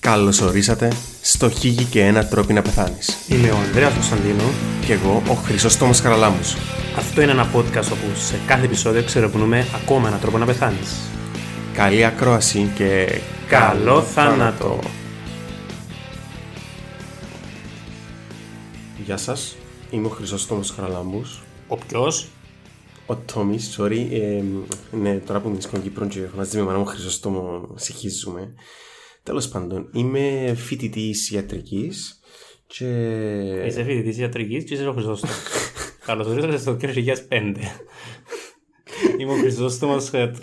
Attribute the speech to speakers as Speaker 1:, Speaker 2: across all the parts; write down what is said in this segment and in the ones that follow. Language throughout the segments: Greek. Speaker 1: Καλώς ορίσατε στο Χίγη και ένα τρόπο να πεθάνεις.
Speaker 2: Είμαι ο Ανδρέας Κωνσταντίνο.
Speaker 1: Κι εγώ ο Χρυσόστομος Χαραλάμος.
Speaker 2: Αυτό είναι ένα podcast όπου σε κάθε επεισόδιο ξερευνούμε ακόμα έναν τρόπο να πεθάνεις.
Speaker 1: Καλή ακρόαση και...
Speaker 2: Καλό θάνατο!
Speaker 1: Γεια σας, είμαι ο Χρυσόστομος Χαραλάμπους.
Speaker 2: Ο ποιος?
Speaker 1: Ο Τόμις, sorry, ε, ναι, τώρα που μιλήσουμε Κύπρο και φωνάζεται με μάνα μου Χρυσόστομο, συγχύζουμε. Τέλος πάντων, είμαι φοιτητής ιατρικής και...
Speaker 2: Είσαι φοιτητής ιατρικής και είσαι ο Χρυσόστομος. Καλώ ορίσατε στο 2005. Είμαι ο Χρυσόστομος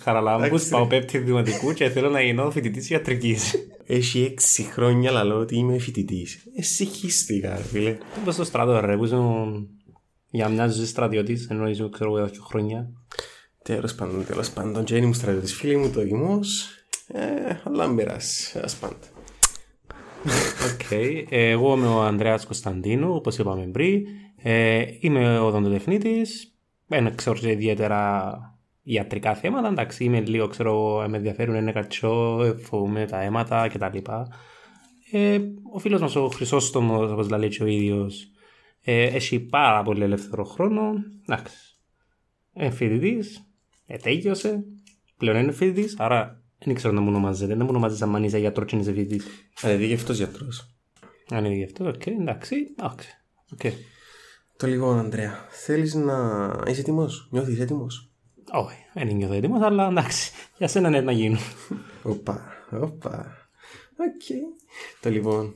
Speaker 2: Χαραλάμπους,
Speaker 1: Εντάξει.
Speaker 2: πάω πέπτη δημοτικού και θέλω να γίνω φοιτητής ιατρικής.
Speaker 1: Έχει έξι χρόνια λαλό ότι είμαι φοιτητής. Εσυχίστηκα, ρε φίλε.
Speaker 2: Είμαι στο στρατό, ρε, που ήσουν για μια ζωή στρατιώτης, ενώ ήσουν, ξέρω εγώ, για δύο χρόνια.
Speaker 1: Τέλος πάντων, τέλος πάντων, και ήμουν στρατιώτης. Φίλοι μου, το δημός. Ε, αλλά μην περάσει, α πάντα.
Speaker 2: Οκ. Ε, Εγώ είμαι ο Ανδρέας Κωνσταντίνου, όπως είπαμε πριν. Ε, είμαι ο δοντοτεχνίτης. Δεν ξέρω σε ιδιαίτερα ιατρικά θέματα. Εντάξει, είμαι λίγο, ξέρω, εγώ, με ενδιαφέρουν ένα κατσό, φοβούμαι τα αίματα κτλ. Ε, ο φίλος μας ο Χρυσόστομος, όπως λέει και ο ίδιος, ε, έχει πάρα πολύ ελεύθερο χρόνο. Εντάξει. Ε, φοιτητής, ετέγιωσε, πλέον είναι φοιτητής, άρα δεν ξέρω να μου ονομάζεται. Δεν μου ονομάζεται σαν μανίζα γιατρό και είναι φοιτητής.
Speaker 1: Αλλά δηλαδή αυτός γιατρός.
Speaker 2: Αν είναι γι' αυτό, οκ, εντάξει, εντάξει. Οκ.
Speaker 1: Το λοιπόν, Ανδρέα, θέλεις να. Είσαι έτοιμος, νιώθεις έτοιμος.
Speaker 2: Όχι, δεν νιώθω έτοιμος, αλλά εντάξει, για σένα ναι να γίνω.
Speaker 1: Οπα, οπα. Οκ. Το λοιπόν.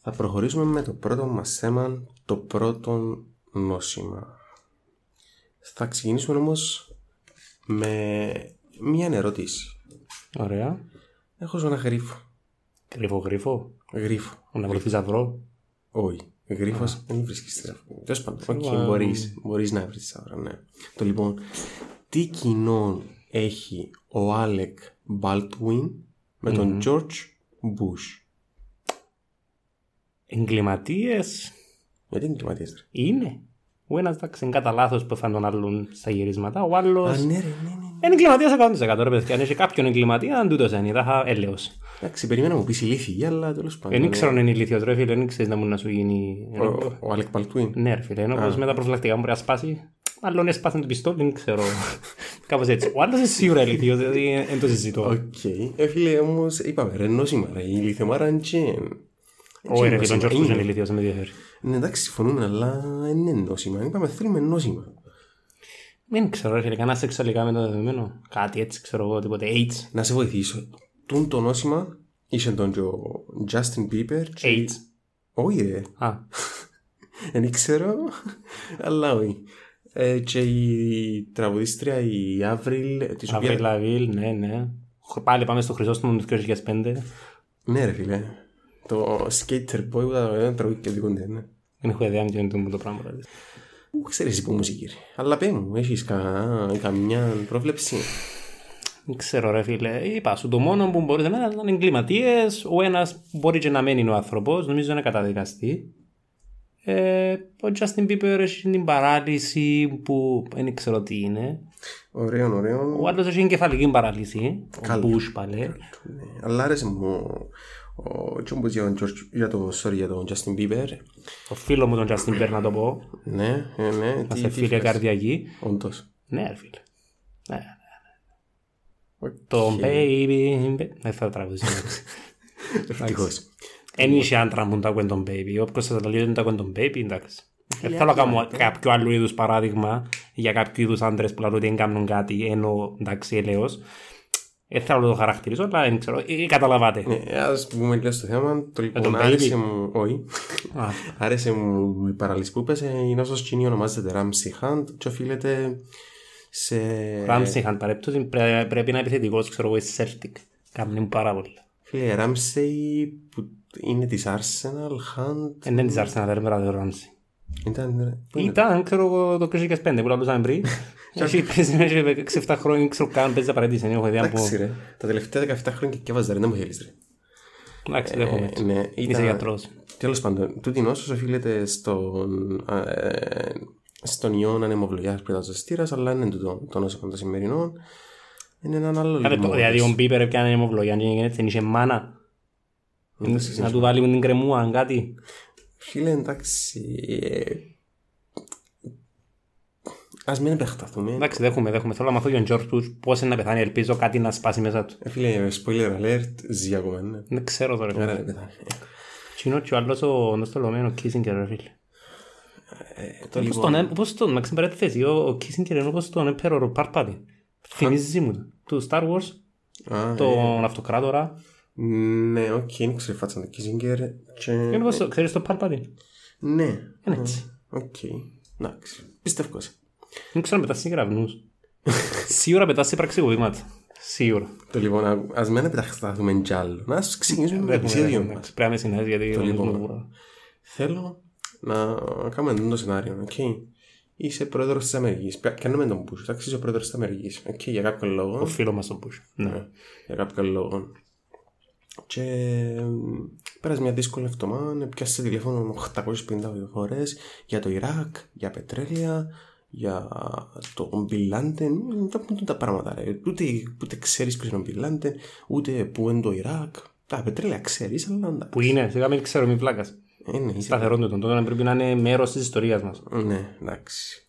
Speaker 1: Θα προχωρήσουμε με το πρώτο μας θέμα, το πρώτο νόσημα. Θα ξεκινήσουμε όμως με μία ερώτηση.
Speaker 2: Ωραία.
Speaker 1: Έχω ζωνα γρίφο.
Speaker 2: Κρύφο, κρύφο.
Speaker 1: Γρίφο.
Speaker 2: Να βρεθείς να βρω.
Speaker 1: Όχι. Γρήφο δεν βρίσκεις θησαυρό. Τέλος πάντων. Οκ, μπορείς, μπορείς να βρεις θησαυρό, ναι. Το λοιπόν, τι κοινό έχει ο Άλεκ Μπάλτουιν με τον George Bush.
Speaker 2: Εγκληματίες
Speaker 1: Γιατί είναι κλιματίστρε.
Speaker 2: είναι. Ο ένας εντάξει είναι κατά λάθος που θα τον άλλον στα γυρίσματα. Ο άλλος.
Speaker 1: Α, ναι, ρε, ναι, ναι.
Speaker 2: Είναι εγκληματία 100% ρε παιδιά. Αν είχε κάποιον εγκληματία, αν τούτος είναι, θα είχα έλεος.
Speaker 1: Εντάξει, περίμενα να μου πεις ηλίθιοι, αλλά τέλος πάντων.
Speaker 2: Δεν ήξερα αν είναι ηλικιωτό, ρε φίλε, δεν ήξερες να μου να σου γίνει.
Speaker 1: Ο- ναι. ο- Ο Άλεκ Μπάλτουιν.
Speaker 2: Ναι, ρε φίλε, ενώ πως με τα προφυλακτικά μου πρέπει να σπάσει. Μάλλον έσπασε το πιστόλι, δεν ξέρω. Κάπως έτσι. Ο άλλος είναι σίγουρα ηλικίο, δηλαδή ε, δεν το συζητώ.
Speaker 1: Οκ. Ε, φίλε, όμως είπαμε, ρε, νόσημα, ρε, ηλίθεμάρα, ντζεν.
Speaker 2: Όχι, ρε φίλε, ο Τζορτζ είναι ηλικίο, δεν με ενδιαφέρει.
Speaker 1: Ναι, εντάξει, συμφωνούμε, αλλά δεν είναι νόσημα. Είπαμε, θέλουμε νόσημα.
Speaker 2: Δεν ξέρω, ρε φίλε, κανένα σεξουαλικά μεταδεδομένο. Κάτι έτσι, ξέρω εγώ, τίποτε. AIDS.
Speaker 1: Να σε βοηθήσω. Τούν το νόσημα είσαι τον και ο Justin Bieber. και-
Speaker 2: AIDS.
Speaker 1: Όχι ρε,
Speaker 2: Α,
Speaker 1: δεν ξέρω, αλλά όχι. Ε, και η τραγουδίστρια η Avril, της
Speaker 2: Λαβίλ,
Speaker 1: οποίας...
Speaker 2: Λαβίλ, ναι, ναι. Πάλι πάμε στο Χρυσόστομο του 2005.
Speaker 1: Ναι ρε φίλε, το skater boy που τα τραγουδί και δικούνται, ναι.
Speaker 2: Δεν έχω ιδέα αν είναι το μου το πράγμα. δηλαδή.
Speaker 1: Πού ξέρεις που μουσική ρε. Αλλά πέ μου, έχεις κα... καμιά πρόβλεψη.
Speaker 2: Δεν ξέρω, ρε φίλε. Είπα σου, το μόνο που μπορείς να είναι ήταν εγκληματίες. Ο ένας μπορεί και να μένει ο άνθρωπος, νομίζω να καταδικαστεί. Ε, ο Justin Bieber έχει την παράλυση που δεν ξέρω τι είναι.
Speaker 1: Ωραίον, ωραίον.
Speaker 2: Ο άλλος έχει εγκεφαλική παράλυση.
Speaker 1: Καλό.
Speaker 2: Ο Bush παλέ.
Speaker 1: Ναι, Αλλά άρεσε μου ο Τσόμπος για τον George- για τον sorry, για τον Justin Bieber.
Speaker 2: Το φίλος μου τον Justin Bieber να το πω.
Speaker 1: Ναι, ε, ναι. τι-
Speaker 2: Είμαστε
Speaker 1: τι
Speaker 2: φίλοι
Speaker 1: φας.
Speaker 2: καρδιακοί.
Speaker 1: Όντως.
Speaker 2: Ναι, ρε φίλε. Ναι, ναι.
Speaker 1: Οκ.
Speaker 2: Το baby. ba- Δεν θα τραγουδήσω.
Speaker 1: Ευτυχώς.
Speaker 2: Εν είχε άντρα μου τα Quentin Baby. Όποιος θα τα λέει δεν τα Quentin Baby, εντάξει. Δεν θέλω να κάνω κάποιο άλλο είδους παράδειγμα για κάποιου είδους άντρες που λαλούν ότι δεν κάνουν κάτι ενώ εντάξει ελαιός. Δεν θέλω να το χαρακτηρίζω, αλλά δεν ξέρω. Ε, Καταλαβάτε.
Speaker 1: Ναι, ας πούμε λίγο στο θέμα. Το
Speaker 2: τον
Speaker 1: λοιπόν
Speaker 2: baby.
Speaker 1: άρεσε μου... Όχι.
Speaker 2: Α,
Speaker 1: Άρεσε μου η παραλύση που είπες. ε, Η νόσος κοινή ονομάζεται Ramsey Hunt και οφείλεται σε...
Speaker 2: Ράμψη είχαν παρέπτωση, πρέ- πρέπει να είναι επιθετικός, ξέρω εγώ, η Celtic. Κάμουν πάρα πολύ.
Speaker 1: Φίλε, Ramsey που είναι της Arsenal, Hunt...
Speaker 2: Ε, Δεν της άρεσε να δεν έπρεπε να Ράμψη.
Speaker 1: Ήταν... πού είναι?
Speaker 2: Ήταν, ξέρω εγώ, το 2005 που λαλούσαμε πριν. Έχει παίζει μέχρι 6-7 χρόνια, δεν ξέρω καν παίζει απαραίτηση. Δεν έχω ιδέα που.
Speaker 1: Εντάξει ρε, τα τελευταία 17 χρόνια και έβαζα ρε, δεν μου θέλεις ρε.
Speaker 2: Εντάξει, δέχομαι.
Speaker 1: Ε, Ναι,
Speaker 2: Είσαι γιατρός.
Speaker 1: Τέλος πάντων, τούτη νόσο οφείλεται στον, ε, στον ιόν ανεμοβλογιά πρωταζωστήρα, αλλά είναι τούτο το νόσο των σημερινών. Είναι έναν άλλο
Speaker 2: Άρα,
Speaker 1: λιγμό.
Speaker 2: δηλαδή, το- Δηλαδή, ο Μπίπερ πιάνε αιμοβλογία, αν και γεννήθηκε, δεν είχε μάνα. Να του βάλει με την κρεμούα, αν κάτι.
Speaker 1: Φίλε, εντάξει. ε, Ας μην επεκταθούμε.
Speaker 2: Εντάξει, δέχομαι, δέχομαι. Θέλω να μάθω για τον Τζορτ του πώς είναι να πεθάνει. Ελπίζω κάτι να σπάσει μέσα του.
Speaker 1: Ε, Φίλε, spoiler alert, ζει ακόμα, ναι.
Speaker 2: Δεν ξέρω τώρα.
Speaker 1: Άρα δεν πεθάνει.
Speaker 2: Τι είναι ο άλλος ο νοστολωμένο Kissinger, ρε φίλε.
Speaker 1: Το
Speaker 2: Λοιπόν. Πώς τον, έ- πώς τον, να ξεμπεραίτε τη θέση, ο, ο Kissinger είναι όπως τον Emperor Parpati. Θυμίζει μου το. Του Star Wars, Ε.
Speaker 1: Α,
Speaker 2: τον αυτοκράτορα.
Speaker 1: Ναι, οκ, είναι ξερή φάτσα το Kissinger. και-
Speaker 2: Είναι όπως, το- ξέρεις τον Parpati.
Speaker 1: Ναι.
Speaker 2: Είναι έτσι.
Speaker 1: Οκ. Εντάξει. Πιστεύω σε.
Speaker 2: Δεν ξέρω να πετάς σε κεραυνούς. Σίγουρα πετάς σε πραξικοπήματα. Σίγουρα.
Speaker 1: Το λοιπόν, ας μην επεκταθούμε κι άλλο. Να ας ξεκινήσουμε με το
Speaker 2: Έχουμε,
Speaker 1: επεισόδιο
Speaker 2: έχουμε.
Speaker 1: μας.
Speaker 2: Πρέπει να με συνεχίζει γιατί
Speaker 1: Το
Speaker 2: ο
Speaker 1: λοιπόν.
Speaker 2: μου βουρά.
Speaker 1: Θέλω να κάνουμε αυτό το σενάριο, οκ. Είσαι πρόεδρος της Αμερικής. Κάνουμε τον Bush. Εντάξει, είσαι ο πρόεδρος της Αμερικής. Οκ, για κάποιο
Speaker 2: Ο
Speaker 1: λόγο.
Speaker 2: φίλος μας τον Bush. Ναι.
Speaker 1: Ναι, για κάποιο λόγο. Και μ, πέρασε μια δύσκολη εβδομάδα. ναι, Πιάσε τηλέφωνο 850 φορές για το Ιράκ, για πετρέλαια, για το Μπιλάντεν. Τα πούν τα πράγματα. Ρε. Ούτε, ούτε ξέρεις ποιος είναι ο Μπιλάντεν, ούτε πού είναι το Ιράκ. Τα πετρέλαια ξέρεις, αλλά εντάξει.
Speaker 2: Που είναι, σιγά μην ξέρω, μην πλάκας.
Speaker 1: Είναι, Ε, ναι, είσαι-
Speaker 2: Σταθερόν τον τότε πρέπει να είναι μέρος της ιστορίας μας.
Speaker 1: Ναι, εντάξει.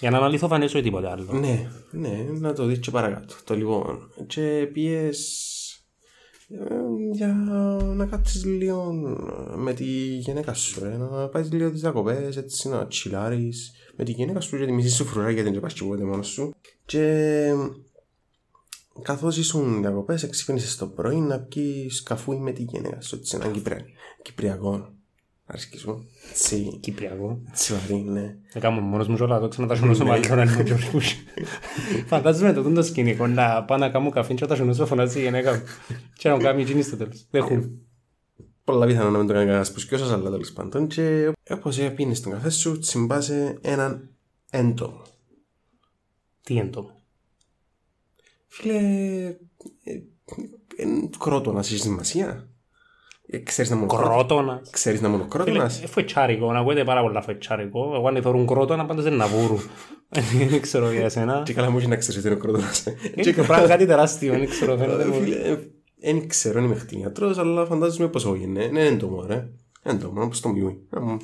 Speaker 2: Για να είναι αληθοφανές ή τίποτα άλλο.
Speaker 1: Ναι, ναι, να το δεις και παρακάτω. Το λοιπόν, και πιες ε, για να κάτσεις λίγο με τη γυναίκα σου, ρε, να πάεις λίγο τις διακοπές, έτσι να τσιλάρεις με τη γυναίκα σου και τη μισή σου φρουρά γιατί δεν πας και ποτέ μόνος σου. Και καθώς ήσουν διακοπές, ξύπνησες το πρωί να πιεις καφούι με τη γυναίκα σου, έτσι έναν Κυπρέ, Κυπριακό. Αρσκισμό. Τσι,
Speaker 2: Κυπριακό.
Speaker 1: τσιβαρή, ναι.
Speaker 2: Θα κάνω Ε, μόνος μου ζόλα, το ξανατασχονώσω με άλλον αν είμαι πιο ρίγος. Φαντάζομαι το τούντο σκηνικό να πάω να κάνω καφέ και όταν σωνώσω φωνάζει η γυναίκα μου. Και να μου κάνει τζίνι στο τέλος. Δέχομαι.
Speaker 1: πολλά πιθανό να μην το κάνει κανένας που σκιώσας, αλλά τέλος πάντων. Και όπως πίνεις τον καφέ σου, συμπάσαι έναν έντομο.
Speaker 2: Τι είναι το.
Speaker 1: Φίλε, ε, ε, κρότονα έχει σημασία. Ε, Ξέρεις να μόνο
Speaker 2: Κρότονας.
Speaker 1: Ξέρεις να μόνο
Speaker 2: Φίλε,
Speaker 1: κρότονα.
Speaker 2: ε, Φετσάρικο, να ακούγεται πάρα πολλά φετσάρικο. Εγώ αν θεωρούν κρότονα πάντως δεν είναι ναβούρου. Δεν ξέρω για εσένα.
Speaker 1: Και καλά μου έχει να ξέρεις ότι είναι Ε, κρότονα.
Speaker 2: Είναι το πράγμα κάτι τεράστιο, δεν ξέρω. φαίνεται μου.
Speaker 1: Φίλε, δεν ξέρω, αν είμαι χτινιατρός, αλλά φαντάζομαι πως όχι ναι. είναι. Είναι έντομο, ρε. Έντομο, όπω το μιούι. Να μου-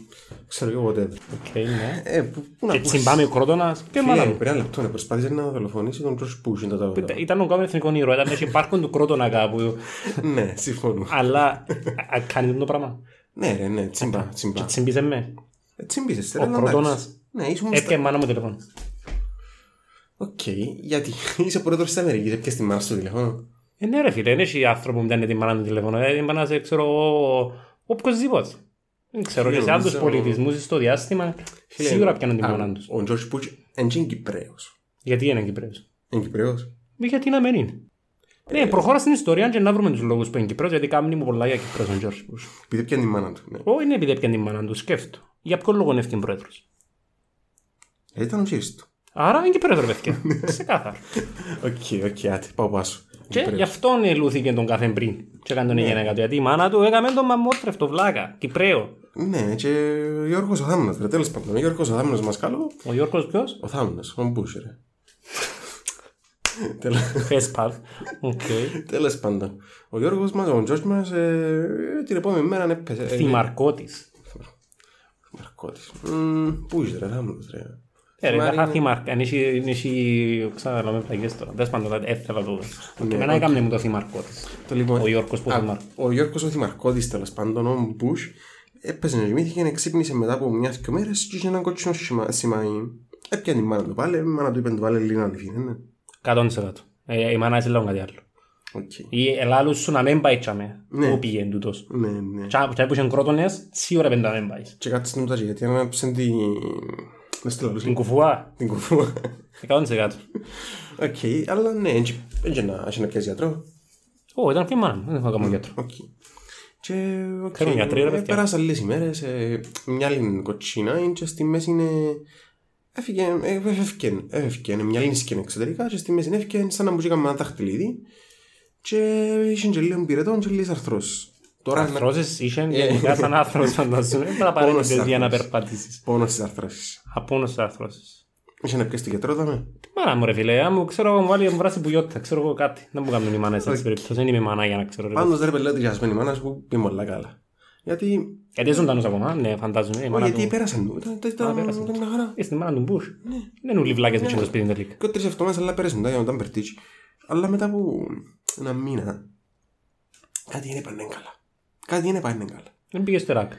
Speaker 1: Ξέρω εγώ ποτέ.
Speaker 2: Οκ, ναι.
Speaker 1: Ε, πού πού να
Speaker 2: Και
Speaker 1: πας.
Speaker 2: τσιμπάμε ο κρότονας και
Speaker 1: Φίλε,
Speaker 2: μάλλον.
Speaker 1: πριν ένα λεπτό, ναι, προσπάθησε να δολοφονήσει τον Τζορ Πούσιν τα τάγματα.
Speaker 2: Ήταν ο κάμερ εθνικό ήρωα, ήταν μέσα υπάρχουν του κρότονα κάπου.
Speaker 1: Ναι, συμφωνώ.
Speaker 2: Αλλά α- α, κάνετε το πράγμα.
Speaker 1: Ναι, ρε, ναι, τσιμπά,
Speaker 2: Και
Speaker 1: τσιμπά.
Speaker 2: τσιμπήσε με.
Speaker 1: Ε, Τσιμπίζεσαι, ρε,
Speaker 2: Ο
Speaker 1: αλλά
Speaker 2: Κροτώνας.
Speaker 1: εντάξει. Ναι, ήσουν
Speaker 2: Έπια η μάνα μου τηλέφωνο.
Speaker 1: Οκ, γιατί είσαι πρόεδρος της Αμερικής, έπιασες τη δηλαδή, μάνα στο τηλέφωνο.
Speaker 2: Ε, ναι ρε φίλε, δεν έχει άνθρωπο που ήταν τη μάνα του τηλέφωνο. Ε, Την μάνα σε ξέρω εγώ, οποιοςδήποτε. Δεν ξέρω,
Speaker 1: Φίλε,
Speaker 2: και σε άλλους
Speaker 1: νομίζω-
Speaker 2: πολιτισμούς στο διάστημα
Speaker 1: Φίλε,
Speaker 2: σίγουρα πιάνουν τη
Speaker 1: α,
Speaker 2: μάνα τους.
Speaker 1: Ο Τζορτζ Πούτς δεν είναι Κυπρέος.
Speaker 2: Γιατί είναι Κυπρέος.
Speaker 1: Είναι Κυπρέος.
Speaker 2: Μη γιατί να μην είναι. Ναι, προχώρα στην ιστορία και να βρούμε τους λόγους που είναι Κυπρέος, γιατί κάνουν μου πολλά για Κυπρέος ο George Bush.
Speaker 1: Επειδή πιάνει τη μάνα του, ναι.
Speaker 2: Όχι, είναι επειδή έπιανε τη μάνα του, σκέφτο. Για ποιο λόγο είναι αυτή η πρόεδρος.
Speaker 1: Ε, Ήταν ο κύριος του.
Speaker 2: Άρα είναι Κυπρέος ρε παιδιά.
Speaker 1: Ναι.
Speaker 2: Ξεκάθαρο.
Speaker 1: Οκ, οκ, άτε, πάω πάσο.
Speaker 2: Και γι' αυτόν ελούθηκε τον κάθε πριν. Και
Speaker 1: Ναι.
Speaker 2: έκανε τον η γυναίκα του. Γιατί η μάνα του έκαμε τον μαμότρευτο βλάκα. Κυπρέο.
Speaker 1: Ναι, και ο Γιώργος ο Θάμνος, ρε, τέλος πάντων. Ο Γιώργος ο Θάμνος μας καλό,
Speaker 2: Ο Γιώργος ποιος.
Speaker 1: ο Θάμνος, ο Μπούς, ρε. Τέλος-
Speaker 2: Φέσπαλ. Οκ.
Speaker 1: Τέλος πάντων. Ο Γιώργος μας, ο Τζορτζ μας, ε, την επόμενη μέρα έπαιζε. ε,
Speaker 2: Θυμαρκώτης.
Speaker 1: Μαρκώτης. Μμμ, Πού είσαι ρε Θάμνος ρε.
Speaker 2: Ε, ρε,
Speaker 1: Θυμάρι
Speaker 2: είχα
Speaker 1: είναι-
Speaker 2: θυμαρκ. Αν είσαι- αν είσαι- ξανά να με πλαγιές τώρα. Δες πάντα, δεν έθελα το δω. Και εμένα έκαμε μου το θυμαρκώτης.
Speaker 1: Ναι, Το λοιπόν,
Speaker 2: Ο Γιώργος που
Speaker 1: α,
Speaker 2: θυμαρκ.
Speaker 1: Ο Γιώργος ο Θυμαρκώτης τέλος πάντων, ο Μπούς, έπαιζε να κοιμήθηκε και ξύπνησε μετά από μια και μέρες και είχε ένα κότσινο σημα- σημαί. Έπιανε η μάνα του πάλι, η μάνα του είπε να του βάλει λίγο να ανηφθεί, ναι.
Speaker 2: 100%. Ε, Η μάνα της λέω κάτι άλλο.
Speaker 1: Οκ.
Speaker 2: Ή ελάλους σου να μην πάει τσάμε.
Speaker 1: Ναι.
Speaker 2: Πού πήγαινε τούτος.
Speaker 1: Ναι, ναι.
Speaker 2: Τσά- τσά που είχαν κρότονες, σίγουρα πέντε να μην πάεις.
Speaker 1: Και κάτσε να μου γιατί ανάψε την... Δεν στείλα
Speaker 2: Την
Speaker 1: λούς,
Speaker 2: κουφουά,
Speaker 1: την κουφούα.
Speaker 2: 100%.
Speaker 1: Οκ, αλλά ναι, έτσι- έτσι να- έτσι να πιάσεις γιατρό.
Speaker 2: Ω, ήταν και η μάνα μου. Δεν θα κάνω γιατρό.
Speaker 1: Οκ. Και οκ,
Speaker 2: Θέλουν γιατροί, ρε
Speaker 1: ε,
Speaker 2: παιδιά.
Speaker 1: πέρασαν λίγες ημέρες, ε, μια άλλη κοτσίνα είναι και στη μέση είναι... Έφυγε, ε, έφυγε, έφυγε, μια άλλη σκηνή εξωτερικά και στη μέση έφυγε σαν να μου ζήκαμε ένα δαχτυλίδι και είχε και λίγο πυρετών και λίγες αρθρώσεις. Τώρα Ε, είναι
Speaker 2: Αρθρώσεις είχαν γενικά σαν άρθρος φαντάζομαι. Δεν θα
Speaker 1: Πόνος
Speaker 2: παρέμεινες
Speaker 1: στις
Speaker 2: για να
Speaker 1: αρθρώσεις.
Speaker 2: περπατήσεις.
Speaker 1: πόνος στις αρθρώσεις.
Speaker 2: Απόνο στις αρθρώσεις.
Speaker 1: Είχε να πει στο γιατρό, δαμε.
Speaker 2: Τι μάνα μου, ρε φίλε. Αν μου ξέρω, εγώ μου βάλει μου βράσει μπουγιότητα, ξέρω εγώ κάτι. Δεν μου κάνουν οι μάνα σε τέτοιε περιπτώσεις. Δεν είμαι μάνα για να ξέρω. ρε.
Speaker 1: Πάντω δεν πελάτη διασμένη μάνα που πει όλα καλά. Γιατί.
Speaker 2: Γιατί ζωντανό ακόμα, ναι, φαντάζομαι. Η
Speaker 1: Όχι,
Speaker 2: μάνα
Speaker 1: γιατί Ναι.
Speaker 2: του.
Speaker 1: πέρασαν. Ήταν- Ήταν
Speaker 2: πέρασαν.
Speaker 1: ήταν μια χαρά.
Speaker 2: Είστε η μάνα του Μπούς. Δεν είναι βλάκες που είναι το σπίτι τελικά.
Speaker 1: Και τρεις εβδομάδες αλλά πέρασαν. Ήταν ήταν περτίτσι. Αλλά μετά από ένα μήνα. Κάτι δεν πάνε καλά. Κάτι δεν πάνε καλά.
Speaker 2: Δεν πήγε στο Ιράκ.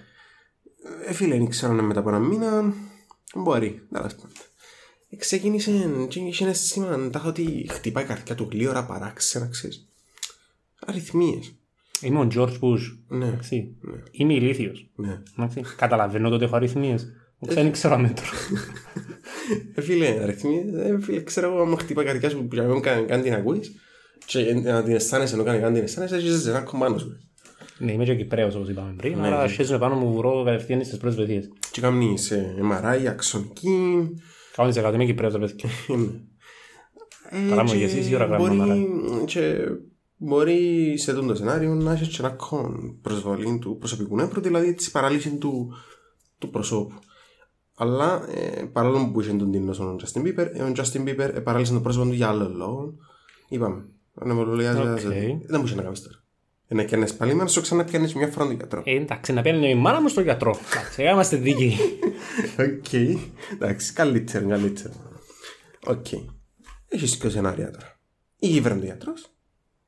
Speaker 1: Ε, φίλε, δεν ξέρω αν μετά από ένα μήνα. Μπορεί, τέλο πάντων. Ε, Ξεκίνησε, ξεκίνησε ένα αίσθημα τάχα ότι χτυπάει η καρδιά του γλύωρα παράξενα, ξέρεις. Αριθμίες.
Speaker 2: Είμαι ο George Bush.
Speaker 1: Ναι,
Speaker 2: Εντάξει.
Speaker 1: Ναι.
Speaker 2: Είμαι ηλίθιος.
Speaker 1: ναι.
Speaker 2: Εντάξει. Καταλαβαίνω ότι έχω αριθμίες. Δεν ξέρω αμέτρο.
Speaker 1: Ε, φίλε, αριθμίες. Ε, φίλε, ξέρω εγώ, άμα χτυπάει η καρδιά σου που για να μην κάνει κάνει την ακούεις, και ε, να την αισθάνεσαι, να κάνει κάνει την αισθάνεσαι, έχεις ένα κομμάτι σου.
Speaker 2: Ναι, είμαι και Κυπρέος όπως είπαμε πριν,
Speaker 1: Ναι,
Speaker 2: αλλά
Speaker 1: ναι.
Speaker 2: αρχίζουν πάνω μου βρω κατευθείαν στις πρώτες παιδίες.
Speaker 1: Και κάνει σε MRI, αξονική.
Speaker 2: Κάνω τις είμαι Κυπρέος τα παιδιά.
Speaker 1: Ε,
Speaker 2: Καλά μου,
Speaker 1: και
Speaker 2: για εσείς, η ώρα
Speaker 1: μπορεί-
Speaker 2: γράμμα,
Speaker 1: και μπορεί σε αυτό το σενάριο να έχεις και ένα κον προσβολή του προσωπικού νεύρου, δηλαδή τη παραλύση του, του προσώπου. Αλλά ε, παρόλο που είχε τον τίνο στον Justin Bieber, ε, ο Justin Bieber ε, παραλύσε το πρόσωπο του για άλλο λόγο. Είπαμε.
Speaker 2: Οκ.
Speaker 1: Ανεμολογιάζει. Δεν μπορούσε να κάνει τώρα. Ένα και ένα σπαλίμα, σου ξανά πιάνει μια φορά τον γιατρό.
Speaker 2: Ε, εντάξει, να παίρνει η μάνα μου στο γιατρό. Εντάξει, ε, είμαστε δίκαιοι.
Speaker 1: Οκ. Εντάξει, καλύτερα, καλύτερα. Οκ. Έχεις και σενάρια τώρα. Ή ήβρεν το γιατρό,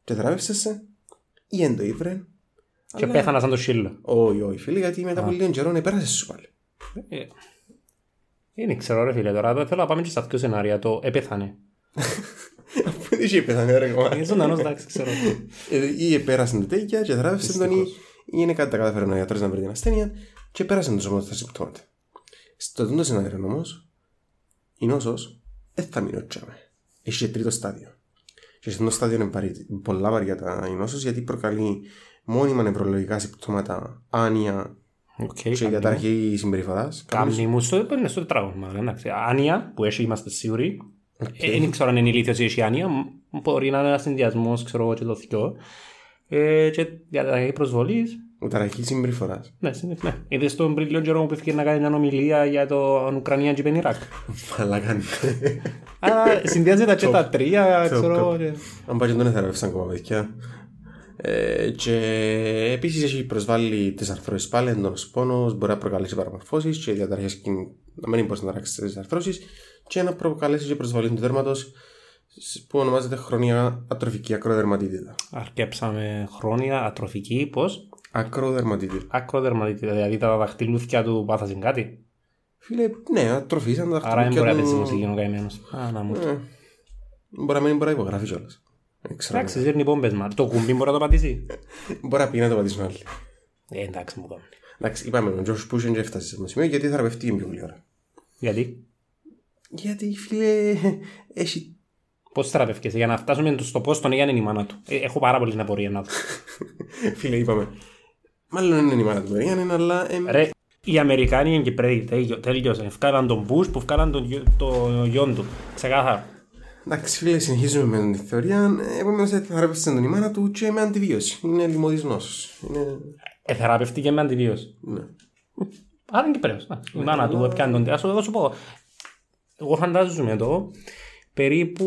Speaker 1: και θεράπευσεσαι, ή δεν το ήβρεν.
Speaker 2: και
Speaker 1: αλλά-
Speaker 2: πέθανα σαν το σύλλο.
Speaker 1: Όχι, όχι, φίλε, γιατί μετά από λίγο καιρό επέρασε σου πάλι.
Speaker 2: Ε, Δεν ξέρω ρε φίλε τώρα, θέλω να πάμε και στα δύο σενάρια, το επέθανε.
Speaker 1: Αφού δεν είχε πεθάνει, ρε
Speaker 2: Είναι
Speaker 1: κομμάτι.
Speaker 2: ζωντανός, εντάξει, ξέρω.
Speaker 1: Ε, Ή επέρασε τα τέτοια, και θεράπευσε τον, ή
Speaker 2: Δυστυχώς.
Speaker 1: ή είναι κάτι τα κατάφερε ο γιατρό να βρει την ασθένεια, και πέρασε του όμω τα συμπτώματα. Στο τούτο σενάριο όμως, η νόσος δεν θα μείνει τσάμε. Έχει και τρίτο στάδιο. Και στο στάδιο είναι βαρύ, πολλά βαριά τα η νόσος γιατί προκαλεί μόνιμα νευρολογικά συμπτώματα, άνοια
Speaker 2: Οκ,
Speaker 1: και
Speaker 2: καμπή.
Speaker 1: διαταραχή συμπεριφοράς.
Speaker 2: Κάμνη μου στο, είναι στο τετράγωνο. Εντάξει. Άνοια, που έχει, είμαστε σίγουροι. Ε, Δεν ξέρω αν είναι ηλίθιος ή έχει άνοια. Μ, Μπορεί να είναι ένας συνδυασμός, ξέρω εγώ, και το θυκιό. Ε, και διαταγή προσβολής.
Speaker 1: Ουταραχή συμπεριφοράς.
Speaker 2: Ναι, συν- ναι. Είδες τον πριν λίγο καιρό που έφυγε να κάνει μια ομιλία για τον Ουκρανία και τον Ιράκ.
Speaker 1: Αλλά κάνει.
Speaker 2: Άρα συνδυάζεται και τα τρία, ξέρω εγώ. και-
Speaker 1: Αν πάει και τον εθεραπεύσαν ακόμα παιδιά. Ε, και επίσης έχει προσβάλει τις αρθρώσεις πάλι, έντονο πόνος, μπορεί να προκαλέσει παραμορφώσεις και διαταραχέ να μην μπορεί να ταράξεις τις αρθρώσεις και να προκαλέσει και προσβολή του δέρματος που ονομάζεται χρονιά ατροφική ακροδερματίτιδα.
Speaker 2: Αρκέψαμε χρόνια ατροφική, πώς.
Speaker 1: Ακροδερματίτιδα.
Speaker 2: Ακροδερματίτη, δηλαδή τα δαχτυλούθια του πάθασαν κάτι.
Speaker 1: Φίλε, ναι, ατροφή σαν τα
Speaker 2: Άρα δεν μπορεί
Speaker 1: χτυπήκια
Speaker 2: να πέσει μουσική ο καημένος. Α, να μου
Speaker 1: Ε, Μπορεί να μην μπορεί να υπογράφει Ε, κιόλα.
Speaker 2: Εντάξει, ζέρνει πόμπες μα. Το κουμπί μπορεί να το πατήσει.
Speaker 1: Μπορεί να πει να το πατήσουν άλλοι.
Speaker 2: Ε, εντάξει, μου κάνει.
Speaker 1: Εντάξει, είπαμε, ο Τζορ Πούσεν δεν έφτασε σε αυτό το σημείο γιατί θεραπευτεί πιο πολύ ώρα.
Speaker 2: Γιατί,
Speaker 1: Γιατί φίλε, έχει.
Speaker 2: πώς θεραπεύκεσαι, για να φτάσουμε στο πώς τον έγινε η μάνα του. Ε, έχω πάρα πολύ την απορία να δω.
Speaker 1: Φίλε, είπαμε. Μάλλον είναι η μάνα του Μεριάννη, αλλά. ε, εμ,
Speaker 2: Ρε, οι Αμερικάνοι είναι Κυπρέοι, τέλειο, τέλειωσαν. Ευκάλαν τον Μπούς που ευκάλαν τον, γιο- το γιον του. Ξεκάθαρο.
Speaker 1: Εντάξει, φίλε, συνεχίζουμε με την θεωρία. Ε, Επομένω, θεραπεύτησε τον η μάνα του και με αντιβίωση. Είναι λιμωδή νόσο. Είναι.
Speaker 2: Ε, θεραπευτήκε με αντιβίωση.
Speaker 1: Ναι.
Speaker 2: Άρα είναι Κυπρέος. να. Η μάνα του έπιανε τον. Ας σου- σου πω. Εγώ φαντάζομαι το περίπου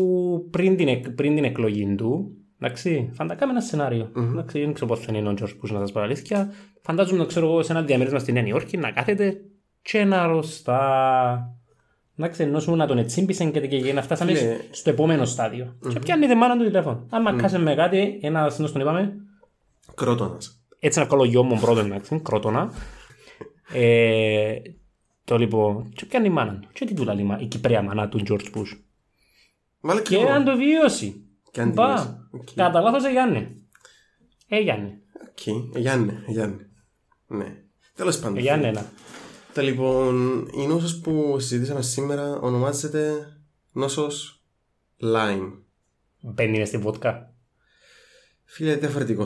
Speaker 2: πριν την, εκ- πριν την εκλογή του. Εντάξει, φαντακάμε ένα σενάριο. Εντάξει, δεν ξέρω πώ θα είναι ο Τζορτ Πού να σας πω αλήθεια. Φαντάζομαι να ξέρω εγώ σε ένα διαμέρισμα στη Νέα Νιόρκη να κάθεται και να αρρωστά. Εντάξει, ενώ σου να τον ετσίμπησαν και, και, και να φτάσαμε
Speaker 1: Ναι.
Speaker 2: στο επόμενο στάδιο. Και πιάνει τη μάνα του τηλέφωνο. Αν μακάσε με κάτι, ένα συνήθω τον είπαμε,
Speaker 1: Κρότονας.
Speaker 2: έτσι να βγάλω γιο μου πρώτο εντάξει, κρότονα. Ε, το λοιπόν, και πιάνει η μάνα του. Και τι του λέει η μα- η Κυπρέα μάνα του George Bush.
Speaker 1: Βάλε
Speaker 2: Και αν
Speaker 1: κρότονα.
Speaker 2: το βιώσει.
Speaker 1: Και αν τη
Speaker 2: Μπα,
Speaker 1: βιώσει. Οκ.
Speaker 2: κατά λάθος ε, έγινε. Έγινε.
Speaker 1: Οκ. Γιάννη, Γιάννη. Ναι. Τέλος πάντων.
Speaker 2: Έγινε ένα.
Speaker 1: Τα λοιπόν, η νόσος που συζητήσαμε σήμερα ονομάζεται νόσος Lyme.
Speaker 2: Μπαίνει μες στη βότκα.
Speaker 1: Φίλε, διαφορετικό.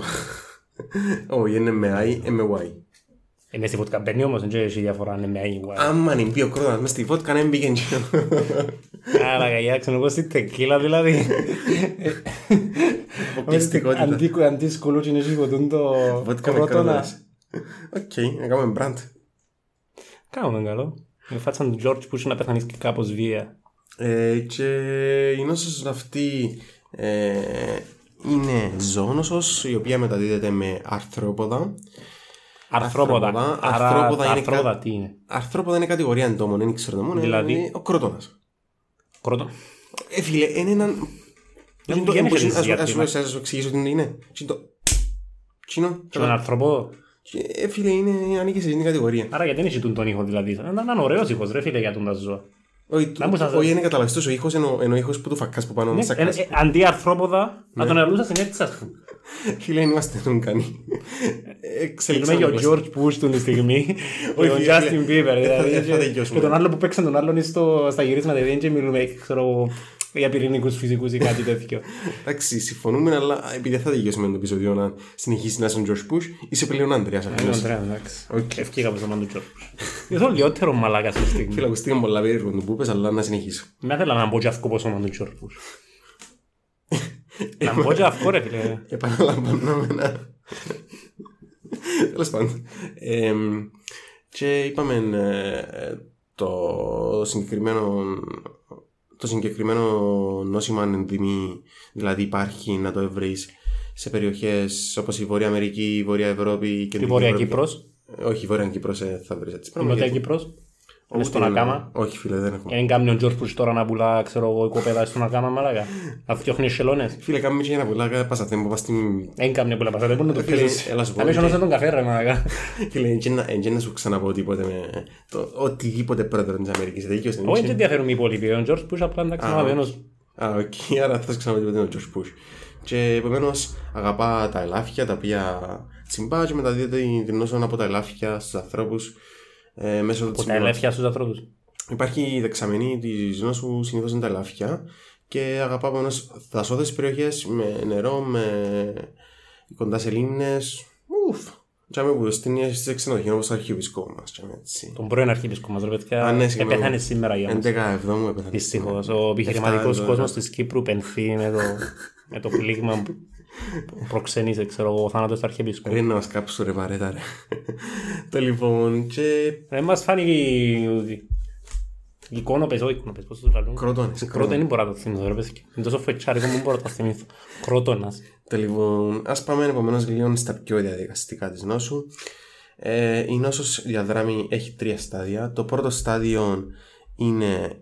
Speaker 1: Όχι, είναι με I, ε, με Y.
Speaker 2: Ε, μες στη βότκα μπαίνει όμως, δεν έχει διαφορά αν είναι με άγιγουα.
Speaker 1: Άμα είναι πιο κρότονα μες στη βότκα, να μην πήγαινε.
Speaker 2: Άρα γαγιά ξέρω εγώ στη τεκίλα δηλαδή. Ε,
Speaker 1: Αποκλειστικότητα.
Speaker 2: Αντί- Αντί σκολούτσι είναι σίγουρο το
Speaker 1: Βότκα με
Speaker 2: κρότονα.
Speaker 1: κρότονας. Οκ, να κάνουμε μπραντ.
Speaker 2: Κάνουμε καλό. Με φάτσαν τον George Bush να πεθανείς και κάπως βία.
Speaker 1: Ε, και η νόσος αυτή ε, είναι ζώνοσος η οποία μεταδίδεται με αρθρόποδα.
Speaker 2: Αρθρόποδα.
Speaker 1: Αρθρόποδα.
Speaker 2: Άρα
Speaker 1: Αρθρόποδα
Speaker 2: τα
Speaker 1: είναι
Speaker 2: αρθρόποδα
Speaker 1: κα-
Speaker 2: τι είναι.
Speaker 1: Αρθρόποδα είναι κατηγορία εντόμων, δεν ξέρω εντόμων,
Speaker 2: Δηλαδή?
Speaker 1: είναι ο κρότονας.
Speaker 2: Κρότο.
Speaker 1: Ε, φίλε, είναι έναν...
Speaker 2: Δεν
Speaker 1: Είναι
Speaker 2: μου
Speaker 1: το-
Speaker 2: βγαίνει
Speaker 1: είναι-
Speaker 2: σε
Speaker 1: ας-
Speaker 2: συζήτηση,
Speaker 1: ας-
Speaker 2: μα.
Speaker 1: ας- Ας σου εξηγήσω τι είναι. Είναι το... Τσίνο,
Speaker 2: Και έναν αρθρόποδο.
Speaker 1: Και, ε, φίλε, είναι, ανήκει σε αυτήν την κατηγορία.
Speaker 2: Άρα γιατί δεν έχει τον ήχο δηλαδή. Να να είναι ωραίος ήχος ρε φίλε για τον τα ζώα.
Speaker 1: Όχι,
Speaker 2: Να μου σας-
Speaker 1: όχι, είναι καταλαβιστός ο ήχος, ενώ, ενώ ο ήχος που του φακάς που πάνω μας
Speaker 2: Ναι, ε,
Speaker 1: σακάς.
Speaker 2: ε, Αντί αρθρόποδα
Speaker 1: Ναι.
Speaker 2: να τον ελούσα στην έτσι σας.
Speaker 1: Φίλε, είμαστε τον κάνει.
Speaker 2: Ε, Μιλούμε
Speaker 1: Εξελίξαμε
Speaker 2: για
Speaker 1: το
Speaker 2: ο
Speaker 1: πλαστικό.
Speaker 2: George Bush του τη στιγμή. Ο
Speaker 1: Όχι, φίλε,
Speaker 2: Justin Bieber. δηλαδή,
Speaker 1: θα- θα
Speaker 2: και-
Speaker 1: δικαιώσουμε.
Speaker 2: Και τον άλλο που παίξαν τον άλλον στο- στα γυρίσματα. Δεν και μιλούμε ξέρω, εγώ, για πυρηνικούς φυσικούς ή κάτι τέτοιο.
Speaker 1: Εντάξει, συμφωνούμε, αλλά επειδή δεν θα τελειώσουμε το επεισόδιο να συνεχίσει να είσαι ο George Bush, είσαι πλέον άντρια.
Speaker 2: Είναι Ε, ο Αντρέα, εντάξει.
Speaker 1: Ναι, Οκ.
Speaker 2: Ευχήκα που σωμάτω George Bush. Είσαι ο λιότερο μαλάκας στη στιγμή.
Speaker 1: Φίλε, ακούστηκαν πολλά περίεργο του που είπες, αλλά να συνεχίσω.
Speaker 2: Δεν ήθελα να μπω και αυκό πόσο μάλλον George Bush. Να μπω και αυκό ρε φίλε.
Speaker 1: Επαναλαμβανόμενα. Τέλος πάντων. Εμ, και είπαμε ε, το συγκεκριμένο το συγκεκριμένο νόσημα ανεντιμή, δηλαδή υπάρχει να το βρεις σε περιοχές όπως η Βόρεια Αμερική, η Βόρεια Ευρώπη, η
Speaker 2: Η
Speaker 1: Κεντρική
Speaker 2: Βόρεια
Speaker 1: Ευρώπη.
Speaker 2: Κύπρος,
Speaker 1: Όχι, η Βόρεια Κύπρος ε, θα βρεις έτσι
Speaker 2: η
Speaker 1: πράγματα.
Speaker 2: Νότια Κύπρος, είναι
Speaker 1: Ούτε
Speaker 2: στον
Speaker 1: είναι.
Speaker 2: Ακάμα.
Speaker 1: Όχι, φίλε, δεν έχουμε.
Speaker 2: Είναι κάμιον George Bush τώρα να πουλά, ξέρω εγώ, κοπέδα στον Ακάμα μαλάκα. Να φτιάχνει σελόνες.
Speaker 1: Φίλε, κάνουμε και ένα πολλά κάθε πάσα θέμα, πας στην...
Speaker 2: Δεν κάμιον πουλά, δεν μπορεί να το
Speaker 1: Φίλε,
Speaker 2: πιέσεις.
Speaker 1: Ε, έλα σου πω,
Speaker 2: Να μην
Speaker 1: και-
Speaker 2: σωνώσαι τον καφέ ρε μαλάκα.
Speaker 1: Φίλε, εν και να- εν και να σου ξαναπώ τίποτε με... το- Οτιδήποτε πρόεδρος της Αμερικής, δηλαδή δίκαιος είναι.
Speaker 2: Όχι, δεν ενδιαφέρουν οι υπόλοιποι. Ο George Bush απλά εντάξει,
Speaker 1: Α. ναι.
Speaker 2: μαλαβαίνος.
Speaker 1: Α, οκ, άρα θα ξαναπώ τίποτε με τον George Bush. Και επομένως αγαπά τα ελάφια τα οποία τσιμπά και μεταδίδεται η- την νόσο από τα ελάφια στους ανθρώπους ε, μέσω της
Speaker 2: Τα ελεύθερα στους ανθρώπους.
Speaker 1: Υπάρχει η δεξαμενή της νόσου, συνήθως είναι τα ελάφια και αγαπά επομένω δασόδε περιοχές με νερό, με κοντά σε λίμνε. Ουφ! Τσάμε που στείνει σε ξενοδοχείο όπως το αρχιεπισκό μας.
Speaker 2: Τον πρώην αρχιεπίσκοπο μας ρε
Speaker 1: Α,
Speaker 2: παιδιά.
Speaker 1: ναι,
Speaker 2: Και
Speaker 1: συγγνώμη.
Speaker 2: πέθανε σήμερα για μας.
Speaker 1: 11 εβδόμου έπεθα.
Speaker 2: Δυστυχώς. Ο επιχειρηματικός
Speaker 1: Εφτά, ναι.
Speaker 2: κόσμος της Κύπρου πενθεί με το, με το πλήγμα που προξενήσε, ξέρω εγώ, ο θάνατος του αρχιεπίσκοπου.
Speaker 1: Ρε να μας κάψουν ρε βαρέτα ρε. Το λοιπόν και
Speaker 2: Δεν Ε, μας φάνηκε η- η εικόνοπες, όχι εικόνοπες, πώς το λαλούν.
Speaker 1: κρότονες.
Speaker 2: Κρότο δεν μπορώ να το θυμηθώ ρε παιδιά. Είναι τόσο φετσάρικο που μπορώ να το θυμηθώ. Κρότονας.
Speaker 1: Το λοιπόν ας πάμε επομένως λίγο στα πιο διαδικαστικά της νόσου. Ε, η νόσος διαδράμει, έχει τρία στάδια. Το πρώτο στάδιο είναι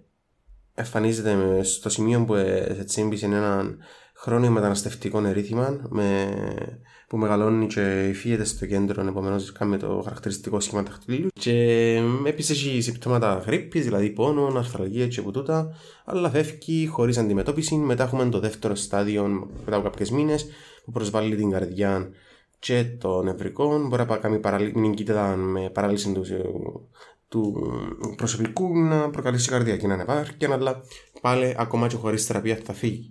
Speaker 1: εμφανίζεται με- στο σημείο που ε, σε τσίμπησε έναν χρόνιο μεταναστευτικό ερήθημα με, που μεγαλώνει και υφίεται στο κέντρο επομένως κάνει το χαρακτηριστικό σχήμα δαχτυλίου και επίσης έχει συμπτώματα γρήπης δηλαδή πόνων, αρθραλγία και πουτούτα αλλά φεύγει χωρίς αντιμετώπιση μετά έχουμε το δεύτερο στάδιο μετά από κάποιες μήνες που προσβάλλει την καρδιά και των νευρικών μπορεί να κάνει παραλύ... μηνυγκίτιδα με παράλυση ε, του, του ε, προσωπικού να προκαλέσει καρδιακή ανεπάρκεια αλλά πάλι ακόμα και χωρίς θεραπεία θα φύγει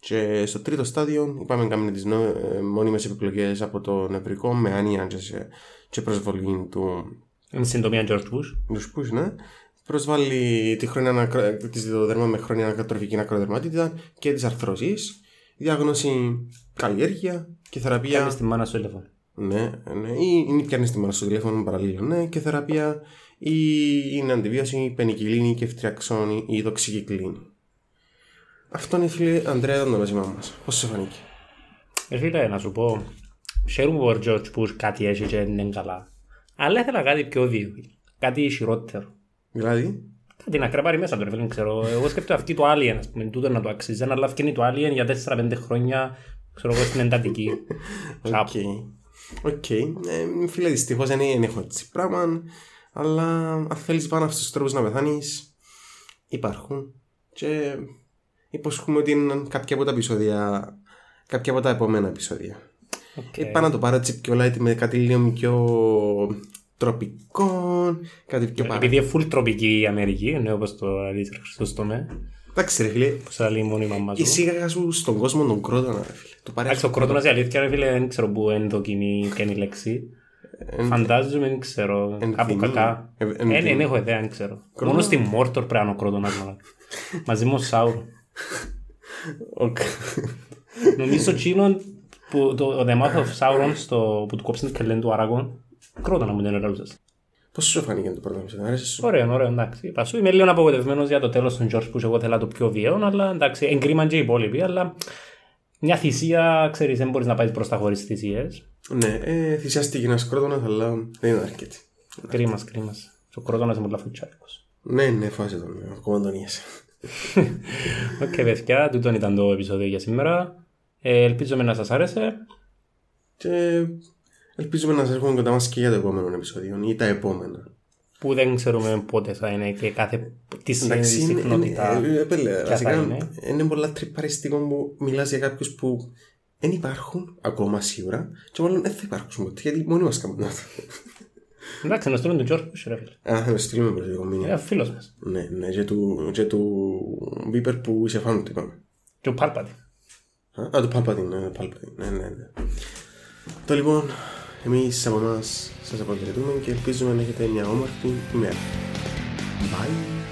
Speaker 1: και στο τρίτο στάδιο είπαμε κάνουμε τις νο... ε, μόνιμες επιπλοκές από το νευρικό με άνοια και, σε... και προσβολή του
Speaker 2: Είναι συντομία George Bush.
Speaker 1: του σπούς, ναι. Προσβάλλει τη χρόνια ανακρα... της διδοδέρμα με χρόνια ανακατροφική ακροδερματίτιδα και τις αρθρώσεις. Διάγνωση καλλιέργεια και θεραπεία.
Speaker 2: Κάνεις τη μάνα στο τηλέφωνο.
Speaker 1: Ναι, ναι. Ή είναι πιάνεις τη μάνα στο τηλέφωνο παραλλήλω, ναι. Και θεραπεία ή είναι αντιβίωση, πενικυλίνη και φτριαξόνη ή δοξικυκλίνη. Αυτό είναι φίλε Αντρέα ήταν το νόημα μας. Πώς σου φανήκε.
Speaker 2: Ρε Ε, φίλε, να σου πω, ξέρουμε ότι ο George Bush κάτι έχει και δεν είναι καλά. Αλλά ήθελα κάτι πιο δύο. Κάτι ισχυρότερο.
Speaker 1: Δηλαδή,
Speaker 2: Κάτι να κραπάρει μέσα του, ρε φίλε, δεν ξέρω. Εγώ σκέφτομαι αυτή το Alien, ας πούμε, τούτο να το αξίζει. Αν αλλά το Alien για 4-5 χρόνια, ξέρω εγώ, στην εντατική.
Speaker 1: Οκ.
Speaker 2: Κάπου.
Speaker 1: Οκ. Ε, φίλε, δυστυχώς δεν δεν έχω έτσι πράγμα. Αλλά αν θέλεις πάνω αυτούς τους τρόπους να πεθάνεις, υπάρχουν. Και υποσχούμε ότι είναι κάποια από τα επεισόδια. Κάποια από τα επόμενα επεισόδια.
Speaker 2: Οκ.
Speaker 1: Okay. Είπα Ε, να το πάρω έτσι πιο light με κάτι λίγο πιο τροπικό, κάτι πιο παρά.
Speaker 2: Ναι, Επειδή είναι full τροπική η Αμερική, ναι, όπως το αντίστοιχο Χριστόστομε,
Speaker 1: Εντάξει, ρε φίλε,
Speaker 2: που σα λέει μόνο η μαμά του.
Speaker 1: εισήγαγα σου στον κόσμο τον κρότονα, ρε φίλε. Το πάρε.
Speaker 2: Εντάξει, ο κρότονας η αλήθεια, ρε φίλε, δεν ξέρω πού είναι το κοινή και είναι η λέξη.
Speaker 1: Εν-
Speaker 2: Φαντάζομαι, δεν ξέρω,
Speaker 1: εν
Speaker 2: κάπου
Speaker 1: θυμή.
Speaker 2: κακά.
Speaker 1: Ε, εν
Speaker 2: Ε,
Speaker 1: θυμή.
Speaker 2: ναι, δεν έχω ιδέα, δεν ξέρω.
Speaker 1: Κρότονα.
Speaker 2: Μόνο στη Μόρτορ πρέπει να είναι ο κρότονας, μάλλον. Μαζί με ο Σάουρο.
Speaker 1: Οκ.
Speaker 2: Νομίζω εκείνον που το, ο The Mouth of Sauron στο, που του κόψαν την κελέν του Αράγων, κρότανα μου την ελαλούσα.
Speaker 1: Πώς σου φάνηκε το πρώτο επεισόδιο, άρεσες σου.
Speaker 2: Ωραίο, ωραίο, εντάξει. Είπα σου, είμαι λίγο απογοητευμένος για το τέλος των George που εγώ θέλω το πιο βιαίο, αλλά εντάξει, εγκρίμαν και οι υπόλοιποι, αλλά μια θυσία, ξέρεις, δεν μπορείς να πάεις μπροστά χωρίς θυσίες.
Speaker 1: Ναι, ε, θυσιάστηκες ένα κρότονα, αλλά δεν είναι αρκετή.
Speaker 2: Κρίμα, κρίμα. Ο κρότονας είναι πολύ φουτσάρικο.
Speaker 1: Ναι, ναι, φάσε τον. Ακόμα τον είσαι.
Speaker 2: Οκ, παιδιά, τούτο ήταν το επεισόδιο για σήμερα. Ε, ελπίζομαι να σας άρεσε.
Speaker 1: Και ελπίζουμε να σας έχουμε κοντά μας και για το επόμενο επεισόδιο ή τα επόμενα.
Speaker 2: Που δεν ξέρουμε πότε θα είναι και κάθε τι
Speaker 1: Εντάξει, είναι-
Speaker 2: συχνότητα.
Speaker 1: είναι- ε, ε, πέλε,
Speaker 2: ποια θα
Speaker 1: βασικά,
Speaker 2: είναι.
Speaker 1: είναι πολλά τρυπαριστικό που μιλάς για κάποιους που δεν υπάρχουν ακόμα σίγουρα και μάλλον δεν θα υπάρξουν ποτέ γιατί μόνοι μας κάνουν αυτό.
Speaker 2: Εντάξει, να στείλουμε τον George Bush, ρε φίλε.
Speaker 1: Α, θα με στείλουμε προσωπικό μήνυμα.
Speaker 2: Είναι φίλος μας.
Speaker 1: Ναι, ναι, και του, και του Μπίπερ που είσαι φάνου, τι είπαμε.
Speaker 2: Και ο Πάρπατη.
Speaker 1: Α, α, το Palpatine, ναι, το Palpatine, ναι, ναι, ναι. Το λοιπόν, εμείς από εμάς σας αποχαιρετούμε και ελπίζουμε να έχετε μια όμορφη ημέρα. Bye.